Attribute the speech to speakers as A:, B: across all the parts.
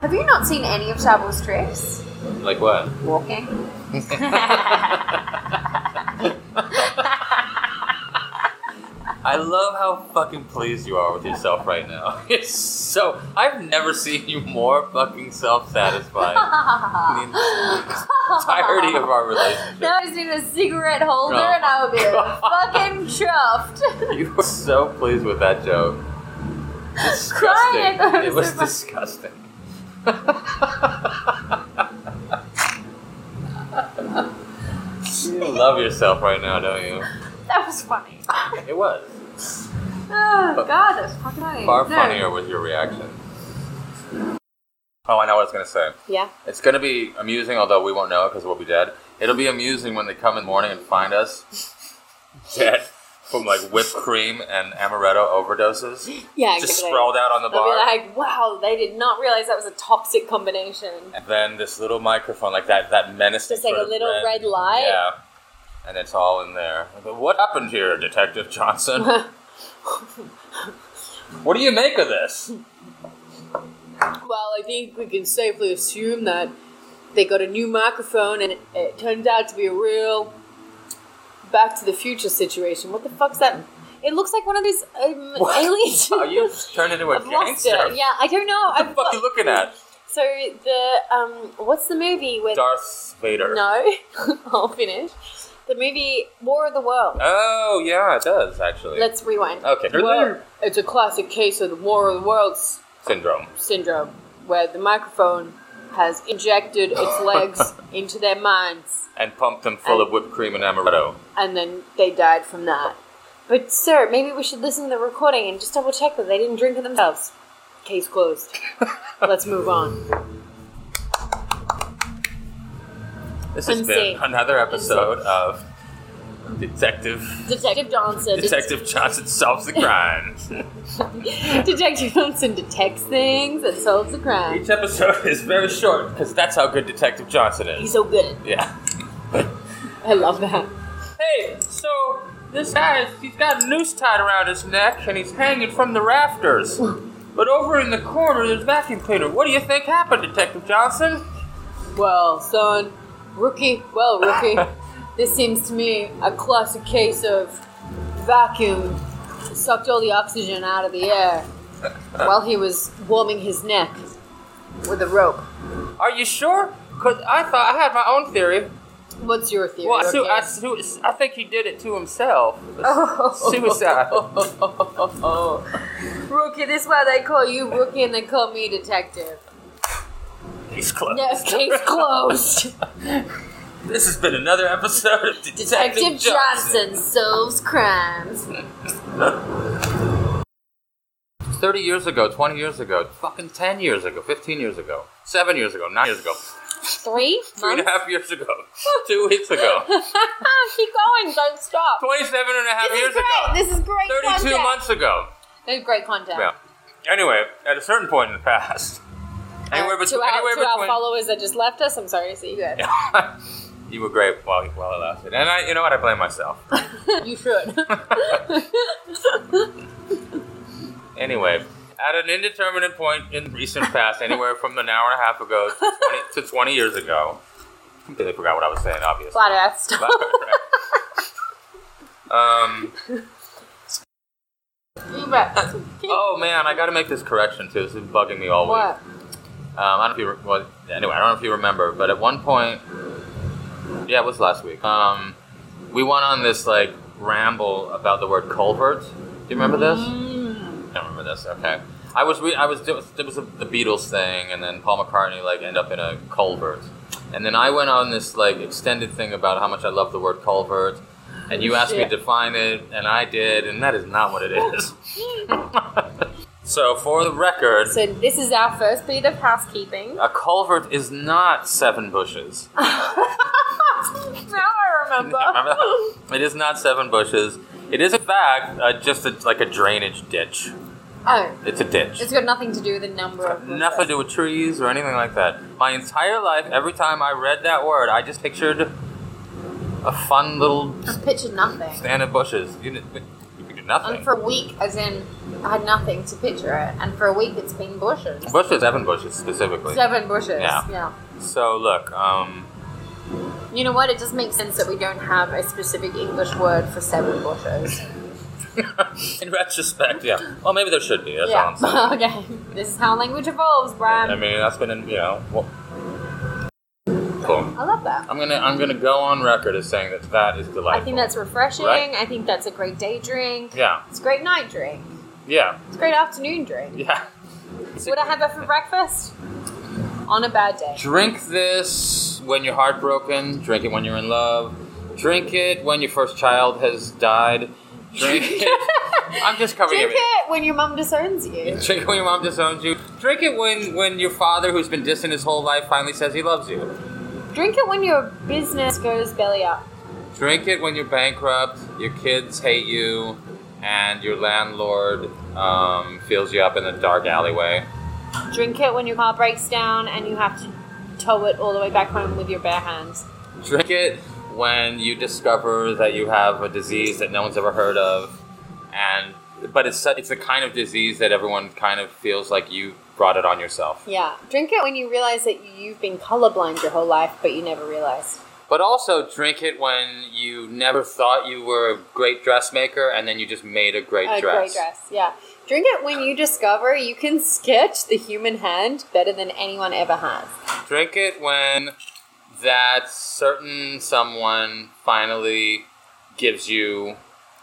A: Have you not seen any of Shabble's tricks?
B: Like what?
A: Walking.
B: I love how fucking pleased you are with yourself right now. It's so I've never seen you more fucking self-satisfied. in the entirety of our relationship.
A: Now I just need a cigarette holder
B: Oh
A: and I'll be
B: God.
A: fucking chuffed.
B: You were so pleased with that joke. Disgusting.
A: Crying.
B: It was disgusting. you love yourself right now, don't you?
A: That was funny.
B: It was.
A: Oh, God, that's fucking funny.
B: Far
A: No.
B: funnier with your reaction. Oh, I know what I was going to say.
A: Yeah.
B: It's going to be amusing, although we won't know because we'll be dead. It'll be amusing when they come in the morning and find us dead from like whipped cream and amaretto overdoses.
C: Yeah,
B: Just
C: exactly.
B: sprawled out on the
C: They'll
B: bar.
C: be like, wow, they did not realize that was a toxic combination.
B: And then this little microphone, like that, that menace.
C: Just like a little red light.
B: Yeah. And it's all in there. But what happened here, Detective Johnson? what do you make of this?
C: Well, I think we can safely assume that they got a new microphone and it, it turned out to be a real Back to the Future situation. What the fuck's that? It looks like one of these um,
B: What?
C: aliens.
B: Are you turned into a
C: I've lost
B: gangster?
C: it. Yeah, I don't know.
B: What the
C: I've
B: fuck
C: got-
B: are you looking at?
C: So the um, what's the movie with?
B: Darth Vader.
C: No, I'll finish. The movie War of the World.
B: Oh, yeah, it does, actually.
C: Let's rewind.
B: okay.
C: Well, it's a classic case of the War of the Worlds
B: Syndrome.
C: syndrome, where the microphone has injected its legs into their minds,
B: And pumped them full of whipped cream and amaretto.
C: and then they died from that. But sir, maybe we should listen to the recording and just double check that they didn't drink it themselves. Case closed. Let's move on.
B: This has
C: I'm
B: been
C: safe.
B: another episode of Detective
C: Detective Johnson.
B: Detective Johnson solves the crime.
C: Detective Johnson detects things and solves the crime.
B: Each episode is very short because that's how good Detective Johnson
C: He's
B: is.
C: so good.
B: Yeah.
C: I love that.
B: Hey, so this guy, he's got a noose tied around his neck and he's hanging from the rafters. But over in the corner, there's vacuum cleaner. What do you think happened, Detective Johnson?
C: Well, son, rookie, well, rookie, this seems to me a classic case of vacuum sucked all the oxygen out of the air while he was warming his neck with a rope.
B: Are you sure? Cause I thought I had my own theory.
C: What's your theory?
B: Well, I, su-
C: rookie?
B: I, su- I think he did it to himself.
C: Oh.
B: Suicide.
C: Rookie, this is why they call you rookie and they call me detective.
B: He's close.
C: No, case closed.
B: This has been another episode of Detective, Hmm.
C: Detective Johnson solves crimes.
B: 30 years ago, 20 years ago, fucking 10 years ago, 15 years ago, 7 years ago, 9 years ago,
C: Three
B: three and a
C: months.
B: half years ago, 2 weeks ago,
C: Keep going, don't stop.
B: 27 and a half
C: This
B: years
C: is great.
B: ago,
C: This is great
B: 32
C: content.
B: months ago.
C: This is great content.
B: Yeah. Anyway, at a certain point in the past,
C: Uh,
B: anywhere
C: to
B: between.
C: our,
B: anywhere
C: to our
B: between
C: followers that just left us, I'm sorry. See you guys.
B: you were great while, while it lasted. And I, you know what? I blame myself.
C: you should.
B: Anyway, at an indeterminate point in recent past, anywhere from an hour and a half ago to 20, to 20 years ago, completely forgot what I was saying, obviously.
C: Flat Earth stuff.
B: um,
C: You bet.
B: oh man, I gotta make this correction too. This is bugging me all week.
C: What?
B: Um, I don't know if you re- well, anyway. I don't know if you remember, but at one point, yeah, it was last week. Um, we went on this like ramble about the word culvert. Do you remember this?
C: Mm-hmm. Mm.
B: I don't remember this. Okay, I was re- I was there was, there was a, the Beatles thing, and then Paul McCartney like end up in a culvert, and then I went on this like extended thing about how much I love the word culvert, and you asked me
C: Shit.
B: to define it, and I did, and that is not what it is. so for the record,
C: So this is our first bit of housekeeping.
B: a culvert is not seven bushes.
C: now I remember.
B: Remember that? It is not seven bushes. It is, in fact, uh, just a, like a drainage ditch.
C: Oh,
B: It's a ditch.
C: it's got nothing to do with the number of.
B: Nothing to do with trees or anything like that. My entire life, every time I read that word, I just pictured a fun little
C: Just picture nothing.
B: stand of bushes. You know, nothing.
C: And for a week, as in, I had nothing to picture it. And for a week, it's been bushes.
B: bushes, Evan bushes specifically.
C: Seven bushes.
B: Yeah. So look, um,
C: You know what? It just makes sense that we don't have a specific English word for seven bushes.
B: in retrospect, yeah. Well, maybe there should be. That's all I'm saying.
C: yeah. okay. This is how language evolves, Brian.
B: I mean, that's been in, you know. Well, cool.
C: I love that.
B: I'm gonna I'm gonna go on record as saying that that is delightful.
C: I think that's refreshing.
B: Right.
C: I think that's a great day drink.
B: yeah,
C: It's a great night drink.
B: yeah,
C: It's a great afternoon drink.
B: yeah.
C: Would I have that for breakfast? On a bad day.
B: Drink this when you're heartbroken. Drink it when you're in love. Drink it when your first child has died. Drink it. I'm just covering
C: Drink
B: everything.
C: it when your mum disowns you.
B: Drink it when your mom disowns you. Drink it when, when your father, who's been distant his whole life, finally says he loves you.
C: Drink it when your business goes belly up.
B: Drink it when you're bankrupt, your kids hate you, and your landlord um, feels you up in a dark alleyway.
C: Drink it when your car breaks down and you have to tow it all the way back home with your bare hands.
B: Drink it when you discover that you have a disease that no one's ever heard of, and but it's su- it's the kind of disease that everyone kind of feels like you brought it on yourself.
C: Yeah. Drink it when you realize that you've been colorblind your whole life, but you never realized.
B: But also drink it when you never thought you were a great dressmaker, and then you just made a great
C: A
B: dress.
C: Uh, great dress, yeah. Drink it when you discover you can sketch the human hand better than anyone ever has.
B: Drink it when that certain someone finally gives you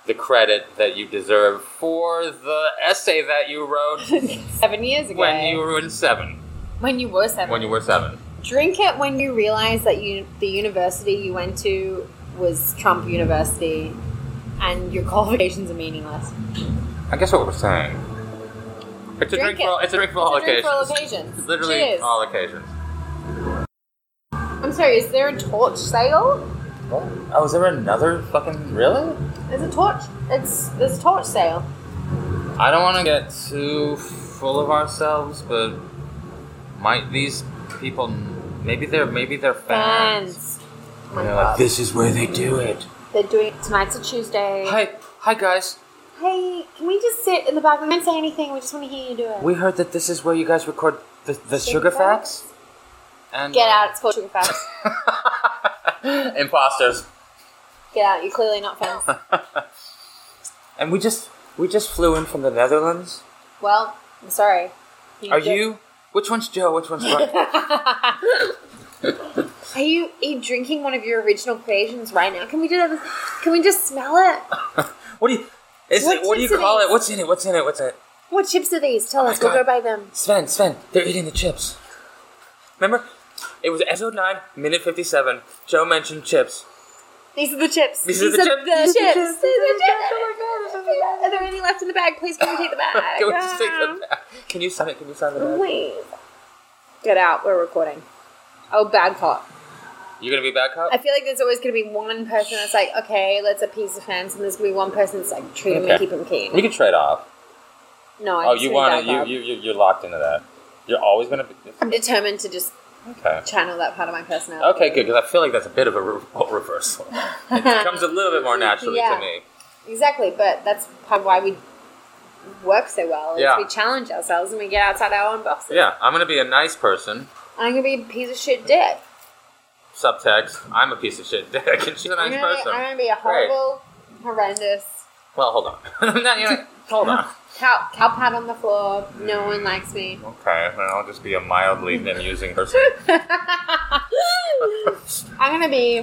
B: the credit that you deserve for the essay that you wrote
C: Seven years ago.
B: when you were in seven.
C: when you were seven.
B: When you were seven.
C: Drink it when you realize that you the university you went to was Trump University and your qualifications are meaningless.
B: I guess what we're saying. It's a drink,
C: Drink
B: for all,
C: it.
B: it's a drink for all
C: It's a drink for all
B: occasions.
C: occasions.
B: Literally
C: Cheers.
B: all occasions.
C: I'm sorry, is there a torch sale?
B: Oh, is there another fucking really?
C: There's a torch it's there's a torch sale.
B: I don't want to get too full of ourselves, but might these people? Maybe they're maybe they're fans.
C: Fans. Oh my
B: And they're
C: God.
B: like, this is where they do it.
C: They're doing tonight's a Tuesday.
B: Hi, hi guys.
C: Hey, can we just sit in the back? We won't say anything. We just want to hear you do it.
B: We heard that this is where you guys record the, the
C: Sugar
B: sugar
C: Facts?
B: facts. And uh,
C: Get out. It's called Sugar Facts.
B: out. Imposters.
C: Get out. You're clearly not fans.
B: And we just we just flew in from the Netherlands.
C: well, I'm sorry.
B: Are
C: did-
B: you? Which one's Joe? Which one's Brian?
C: Are you, are you drinking one of your original creations right now? Can we do that? Can we just smell it?
B: what do you? Is
C: What
B: it, what do you
C: chips are
B: call
C: these?
B: it? What's in it? What's in it? What's in it?
C: What chips are these? Tell us. We'll
B: Oh God.
C: go buy them.
B: Sven, Sven, they're eating the chips. Remember? It was episode 9, minute 57. Joe mentioned chips.
C: These are the chips.
B: These are the chips. These
C: chips.
B: are the
C: These are the
B: chips.
C: chips. Are there any left in the bag? Please, can we take the bag? Um,
B: Can we just take that back? Can you sign it? Can you sign the bag?
C: Please. Get out. We're recording. Oh, bad cop.
B: You're gonna be back up?
C: I feel like there's always going to be one person that's like, okay, let's appease the fans, and there's going to be one person that's like, treat him and
B: Okay.
C: keep him keen.
B: We can trade off.
C: No, I'm
B: Oh,
C: just
B: you
C: gonna
B: wanna,
C: back
B: you,
C: up.
B: you, you, you're locked into that. You're always gonna be.
C: I'm determined to just
B: Okay.
C: channel that part of my personality.
B: Okay, good, because I feel like that's a bit of a re- reversal. It comes a little bit more naturally
C: Yeah.
B: to me.
C: Exactly, but that's part of why we work so well. Is
B: Yeah.
C: We challenge ourselves and we get outside our own boxes.
B: Yeah, I'm gonna be a nice person.
C: I'm gonna be a piece of shit dick.
B: Subtext, I'm a piece of shit dick, and she's a nice
C: I'm, gonna,
B: person.
C: I'm gonna be a horrible, horrendous
B: Well, hold on. No, you know, hold on.
C: cow, cow pat on the floor.
B: Mm.
C: No one likes me.
B: Okay, then I'll just be a mildly amusing person. Hmm.
C: I'm gonna be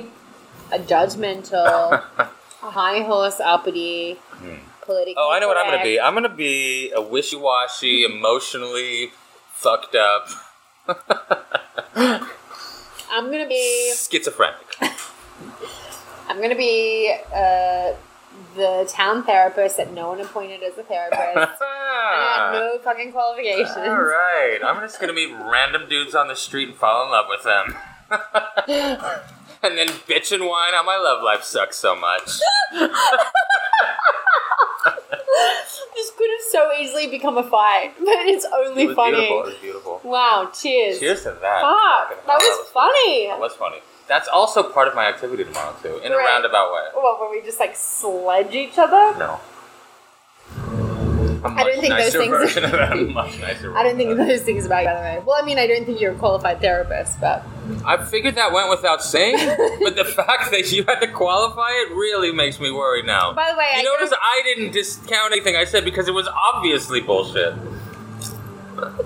C: a judgmental, a high horse uppity, political.
B: oh, I know what I'm gonna be. I'm gonna be a wishy-washy, emotionally fucked up
C: I'm gonna be.
B: schizophrenic.
C: I'm gonna be uh, the town therapist that no one appointed as a therapist. I had
B: All
C: no fucking qualifications.
B: right, I'm just gonna meet random dudes on the street and fall in love with them, and then bitch and whine how my love life sucks so much.
C: this could have so easily become a fight, but it's only
B: It was
C: funny.
B: beautiful. It was beautiful.
C: Wow, cheers.
B: Cheers to that.
C: Fuck, that was funny.
B: That was funny. That's also part of my activity tomorrow too, in a
C: Right.
B: roundabout way.
C: What, were we just like sledge each other?
B: No. A much
C: didn't think those
B: nicer
C: things-
B: version of that. A much nicer.
C: I didn't
B: version
C: think
B: of
C: of those things about you, by the way. Well, I mean, I didn't think you were a qualified therapist, but
B: that. I figured that went without saying, but the fact that you had to qualify it really makes me worried now.
C: by the way, I
B: you notice
C: don't-
B: I didn't discount anything I said because it was obviously bullshit.
A: But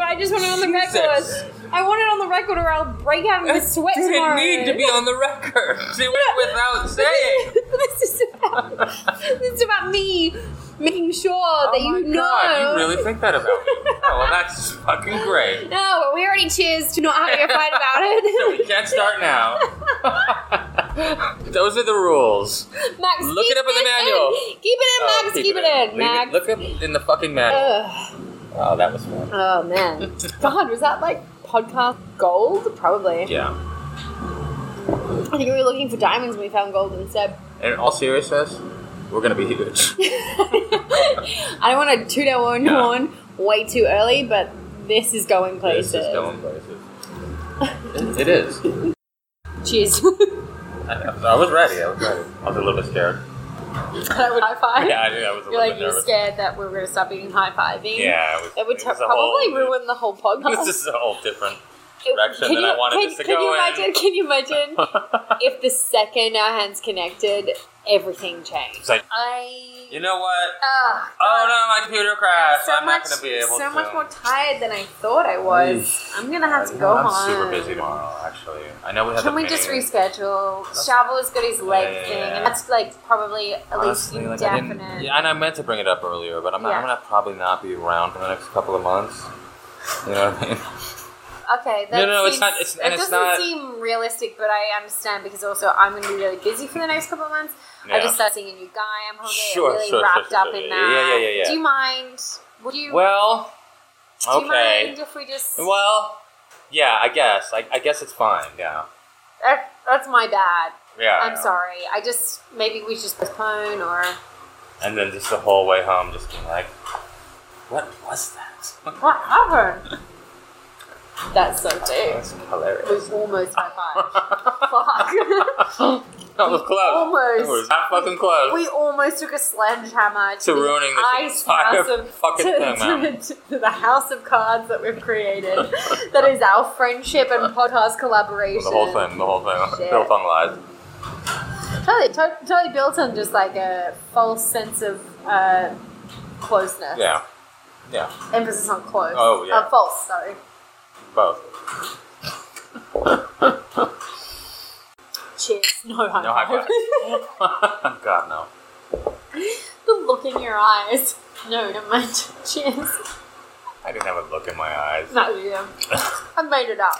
A: I just want it on the
B: Jesus.
A: record. I want it on the record, or I'll break out in the sweat
B: didn't
A: tomorrow.
B: need to be on the record. It went without saying.
A: this is about, this is about me making sure that
B: oh my
A: you know.
B: God, you really think that about me? Oh, well, that's fucking great.
A: no, we already cheers to not having a fight about
B: So we
A: it.
B: can't start now. Those are the rules.
A: Max,
B: Look
A: keep
B: it up in the manual.
A: Keep it in,
B: Oh,
A: Max. keep it in,
B: Leave
A: Max. Uh,
B: Look up in the fucking manual.
C: Ugh.
B: Oh, that was fun.
C: Oh man, God, was that like podcast gold? Probably.
B: Yeah.
C: I think we were looking for diamonds and we found gold instead.
B: In all seriousness, we're gonna be huge.
C: I don't want to toot our own
B: Yeah.
C: horn way too early, but this is going places.
B: This is going places. It, it is.
C: Cheers.
B: I, know. I was ready. I was ready. I was a little bit scared.
C: that would high five.
B: Yeah, I knew I was
C: You're
B: a little
C: like
B: bit
C: you're
B: nervous.
C: scared that we're gonna stop being high fiving.
B: Yeah, it was,
C: That would
B: it
C: t-
B: was a
C: probably
B: whole,
C: ruin the whole podcast.
B: This is a whole different.
C: It-
B: direction that I wanted
C: can,
B: this to
C: can
B: go
C: you
B: in.
C: imagine? Can you imagine if the second our hands connected, everything changed?
B: It's like-
C: I. Ah,
B: you know what?
C: Ugh,
B: Oh no, my computer crashed.
C: so
B: I'm
C: much,
B: not gonna be able
C: so
B: to. Uh,
C: much more tired than I thought I was. I'm gonna have to go
B: I'm
C: home.
B: super busy tomorrow. Actually, I know we have.
C: Can
B: a
C: we just
B: meeting.
C: reschedule? Shavel has got his leg
B: Yeah, yeah,
C: thing,
B: yeah.
C: and that's like probably at
B: Honestly,
C: least
B: like I
C: definite.
B: didn't. Yeah, and I meant to bring it up earlier, but I'm not,
C: Yeah.
B: I'm gonna probably not be around for the next couple of months. You know what I mean?
C: Okay, that
B: No, no, it's
C: seems-
B: not- it's-
C: that
B: and it's
C: doesn't
B: not-
C: seem realistic, but I understand because also I'm going to be really busy for the next couple of months. I
B: Yeah.
C: just started seeing a new guy. I'm home.
B: Sure,
C: I'm really
B: sure, sure,
C: wrapped
B: sure,
C: up
B: sure.
C: in
B: Yeah,
C: that.
B: yeah, yeah, yeah, yeah.
C: Do you mind? Would you?
B: Well,
C: do you
B: okay.
C: mind if we just?
B: Well, yeah, I guess. I, I guess it's fine. Yeah,
C: That, eh, that's my bad.
B: yeah.
C: I'm sorry. I just maybe we just postpone or
B: And then just the whole way home, just being like, what was that?
C: what happened? That's so deep.
B: That's hilarious.
C: We almost high five.
B: that
C: Fuck.
B: was close.
C: Almost.
B: It was not fucking close.
C: we almost took a sledgehammer to,
B: To ruining this
C: the ice
B: entire
C: house of,
B: fucking
C: to,
B: thing, man.
C: to- to the house of cards that we've created. that is our friendship and podcast collaboration.
B: the whole thing, the whole thing,
C: Shit.
B: the whole thing lies.
C: Totally, to- totally built on just like a false sense of uh, closeness.
B: Yeah, yeah,
C: Emphasis on close.
B: Oh, yeah.
C: Uh, false, sorry.
B: both.
C: Cheers. No high
B: No high
C: five.
B: five. God no.
C: the look in your eyes. No, never mind. Cheers.
B: I didn't have a look in my eyes.
C: Not you. I made it up.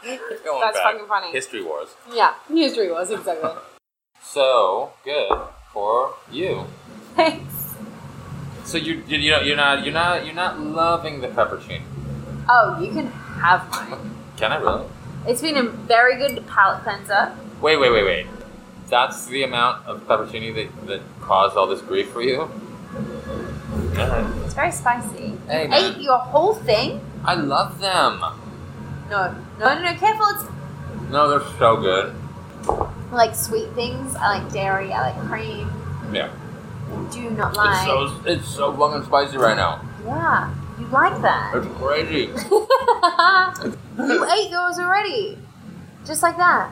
B: Going
C: That's
B: back.
C: fucking funny.
B: History wars.
C: Yeah, history was exactly.
B: So good for you.
C: Thanks.
B: So you you you know you're not you're not you're not loving the peppercini.
C: Oh, you can have mine.
B: Can I really?
C: It's been a very good palate cleanser.
B: Wait wait wait wait. That's the amount of peppercini that, that caused all this grief for you. Alright.
C: It's very spicy.
B: Hey
C: Ate
B: man,
C: your whole thing?
B: I love them.
C: No, no, no, no, careful. It's
B: No, they're so good.
C: like sweet things. I like dairy. I like cream.
B: Yeah.
C: Do not
B: It's
C: like.
B: so it's so fucking spicy right now.
C: yeah, you like that.
B: It's crazy.
C: you ate yours already. Just like that.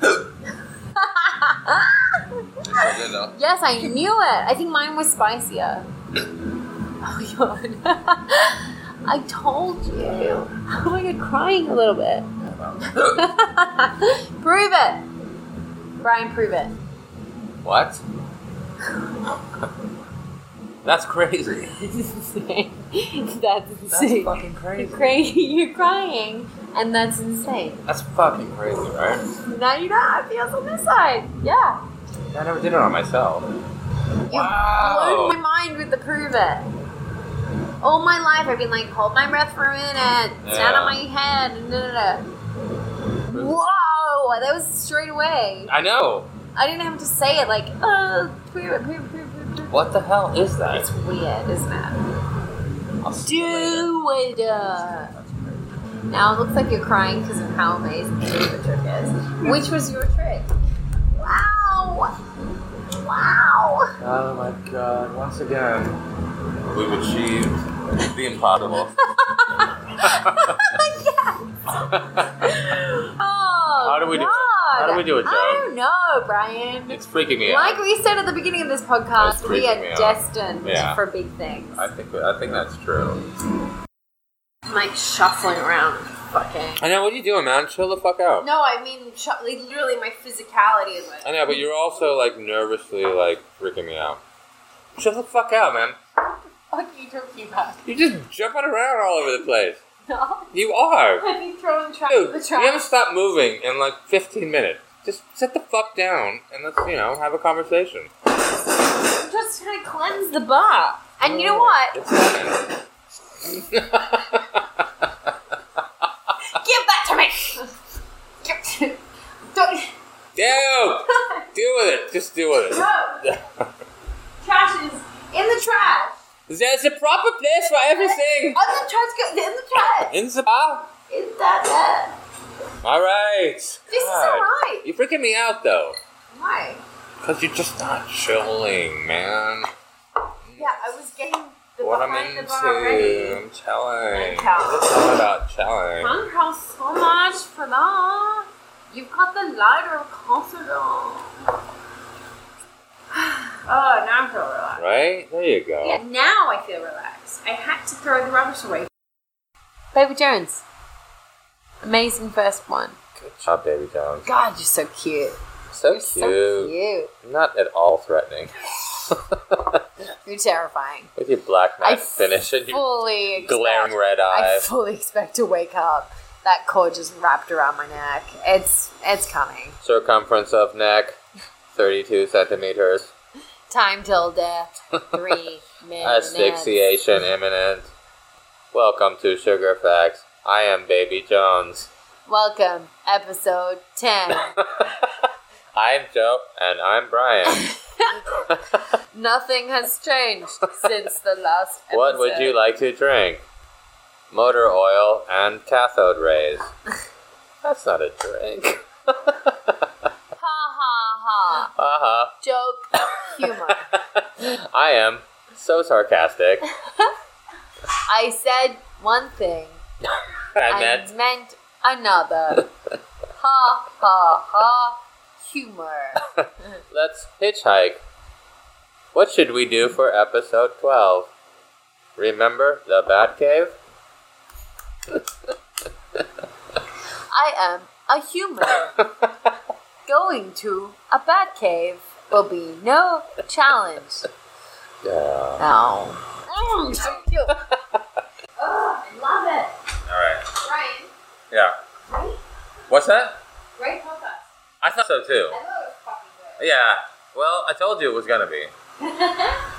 B: It's so good though.
C: Yes, I knew it. I think mine was spicier. Oh god. I told you. Oh my god, crying a little bit. prove it. Brian, prove it.
B: What? That's crazy.
C: That's insane. That's
B: That's
C: insane.
B: fucking
C: you're,
B: crazy.
C: crying, you're crying, and that's insane.
B: That's fucking crazy, right?
C: Now you know how it feels on this side. Yeah.
B: I never did it on myself.
C: You blown my mind with the prove it. All my life I've been like, hold my breath for a minute, it's down on my head, and da da da. Whoa! That was straight away.
B: I know.
C: I didn't have to say it like, oh, prove it, prove it, prove it, prove it.
B: What the hell is that?
C: It's weird, isn't it?
B: I'll see you later.
C: Do it. uh. Now it looks like you're crying because of how amazing the trick is. Which was your trick? Wow!
A: Wow.
D: Oh my god, once again.
B: We've achieved the impossible.
C: Oh, how
B: do we do it? How do we do it, Joe?
C: I don't know, Brian.
B: it's freaking me out.
C: Like we said at the beginning of this
B: That's
C: podcast, we
B: creeping me
C: are
B: out.
C: destined
B: Yeah.
C: for big things.
B: I think I think that's true.
C: Mike shuffling around. Fucking.
B: I know. What are you doing, man? Chill the fuck out.
C: No, I mean, shu- like, literally, my physicality is like.
B: I know, but you're also like nervously like freaking me out. Chill the fuck out, man.
C: Fuck you, talking about.
B: You're just jumping around all over the place.
C: No.
B: You are.
C: I've been throwing trash
B: Dude,
C: in the
B: you haven't
C: trash.
B: stopped moving in like 15 minutes. Just sit the fuck down and let's, you know, have a conversation.
C: I'm just trying to cleanse the bar. And
B: Oh.
C: you know what?
B: It's happening.
C: Give that to me! Give- Don't.
B: Dude! Deal with it. Just deal with it.
C: No! Trash is in the trash!
B: There's a proper place for everything.
C: Oh, the trash go in the trash!
B: In the bar?
C: Is that bad?
B: Alright.
C: This is alright.
B: You're freaking me out though.
C: Why?
B: Because you're just not chilling, man.
C: Yeah, I was getting the
B: what I'm
C: behind the
B: into.
C: bar already.
B: I'm telling.
C: I'm telling.
B: It's all about telling.
C: Thank you so much for that. You've got the lighter of concert on. oh, now I feel relaxed.
B: Right? There you go.
C: Yeah, now I feel relaxed. I had to throw the rubbish away. Baby Jones. Amazing first one.
B: Good job, baby Jones.
C: God, you're so cute.
B: So
C: You're
B: cute.
C: so cute.
B: Not at all threatening.
C: You're terrifying.
B: With your black
C: I
B: matte finish and your
C: fully expect,
B: glaring red eye.
C: I fully expect to wake up. That cord just wrapped around my neck. It's it's coming.
B: Circumference of neck, 32 centimeters.
C: Time till death. Three minutes.
B: Asphyxiation imminent. Welcome to Sugar Facts. I am Baby Jones.
C: Welcome, episode 10.
B: I'm Joe, and I'm Brian.
C: Nothing has changed since the last episode.
B: What would you like to drink? Motor oil and cathode rays. That's not a drink. Uh-huh.
C: Ha ha ha. Joke
B: Uh
C: humor.
B: huh. I am so sarcastic.
C: I said one thing.
B: I meant
C: meant another. ha ha ha. Humor.
B: Let's hitchhike. What should we do for episode 12? Remember the Batcave?
C: I am a human. Going to a bad cave will be no challenge.
B: Yeah.
C: Ow. Mm, so cute. Ugh, I Oh, love it.
B: Alright.
C: Ryan,
B: Yeah.
C: great,
B: What's that?
C: great podcast.
B: I thought so too.
C: I thought it was fucking good.
B: Yeah. Well, I told you it was gonna be.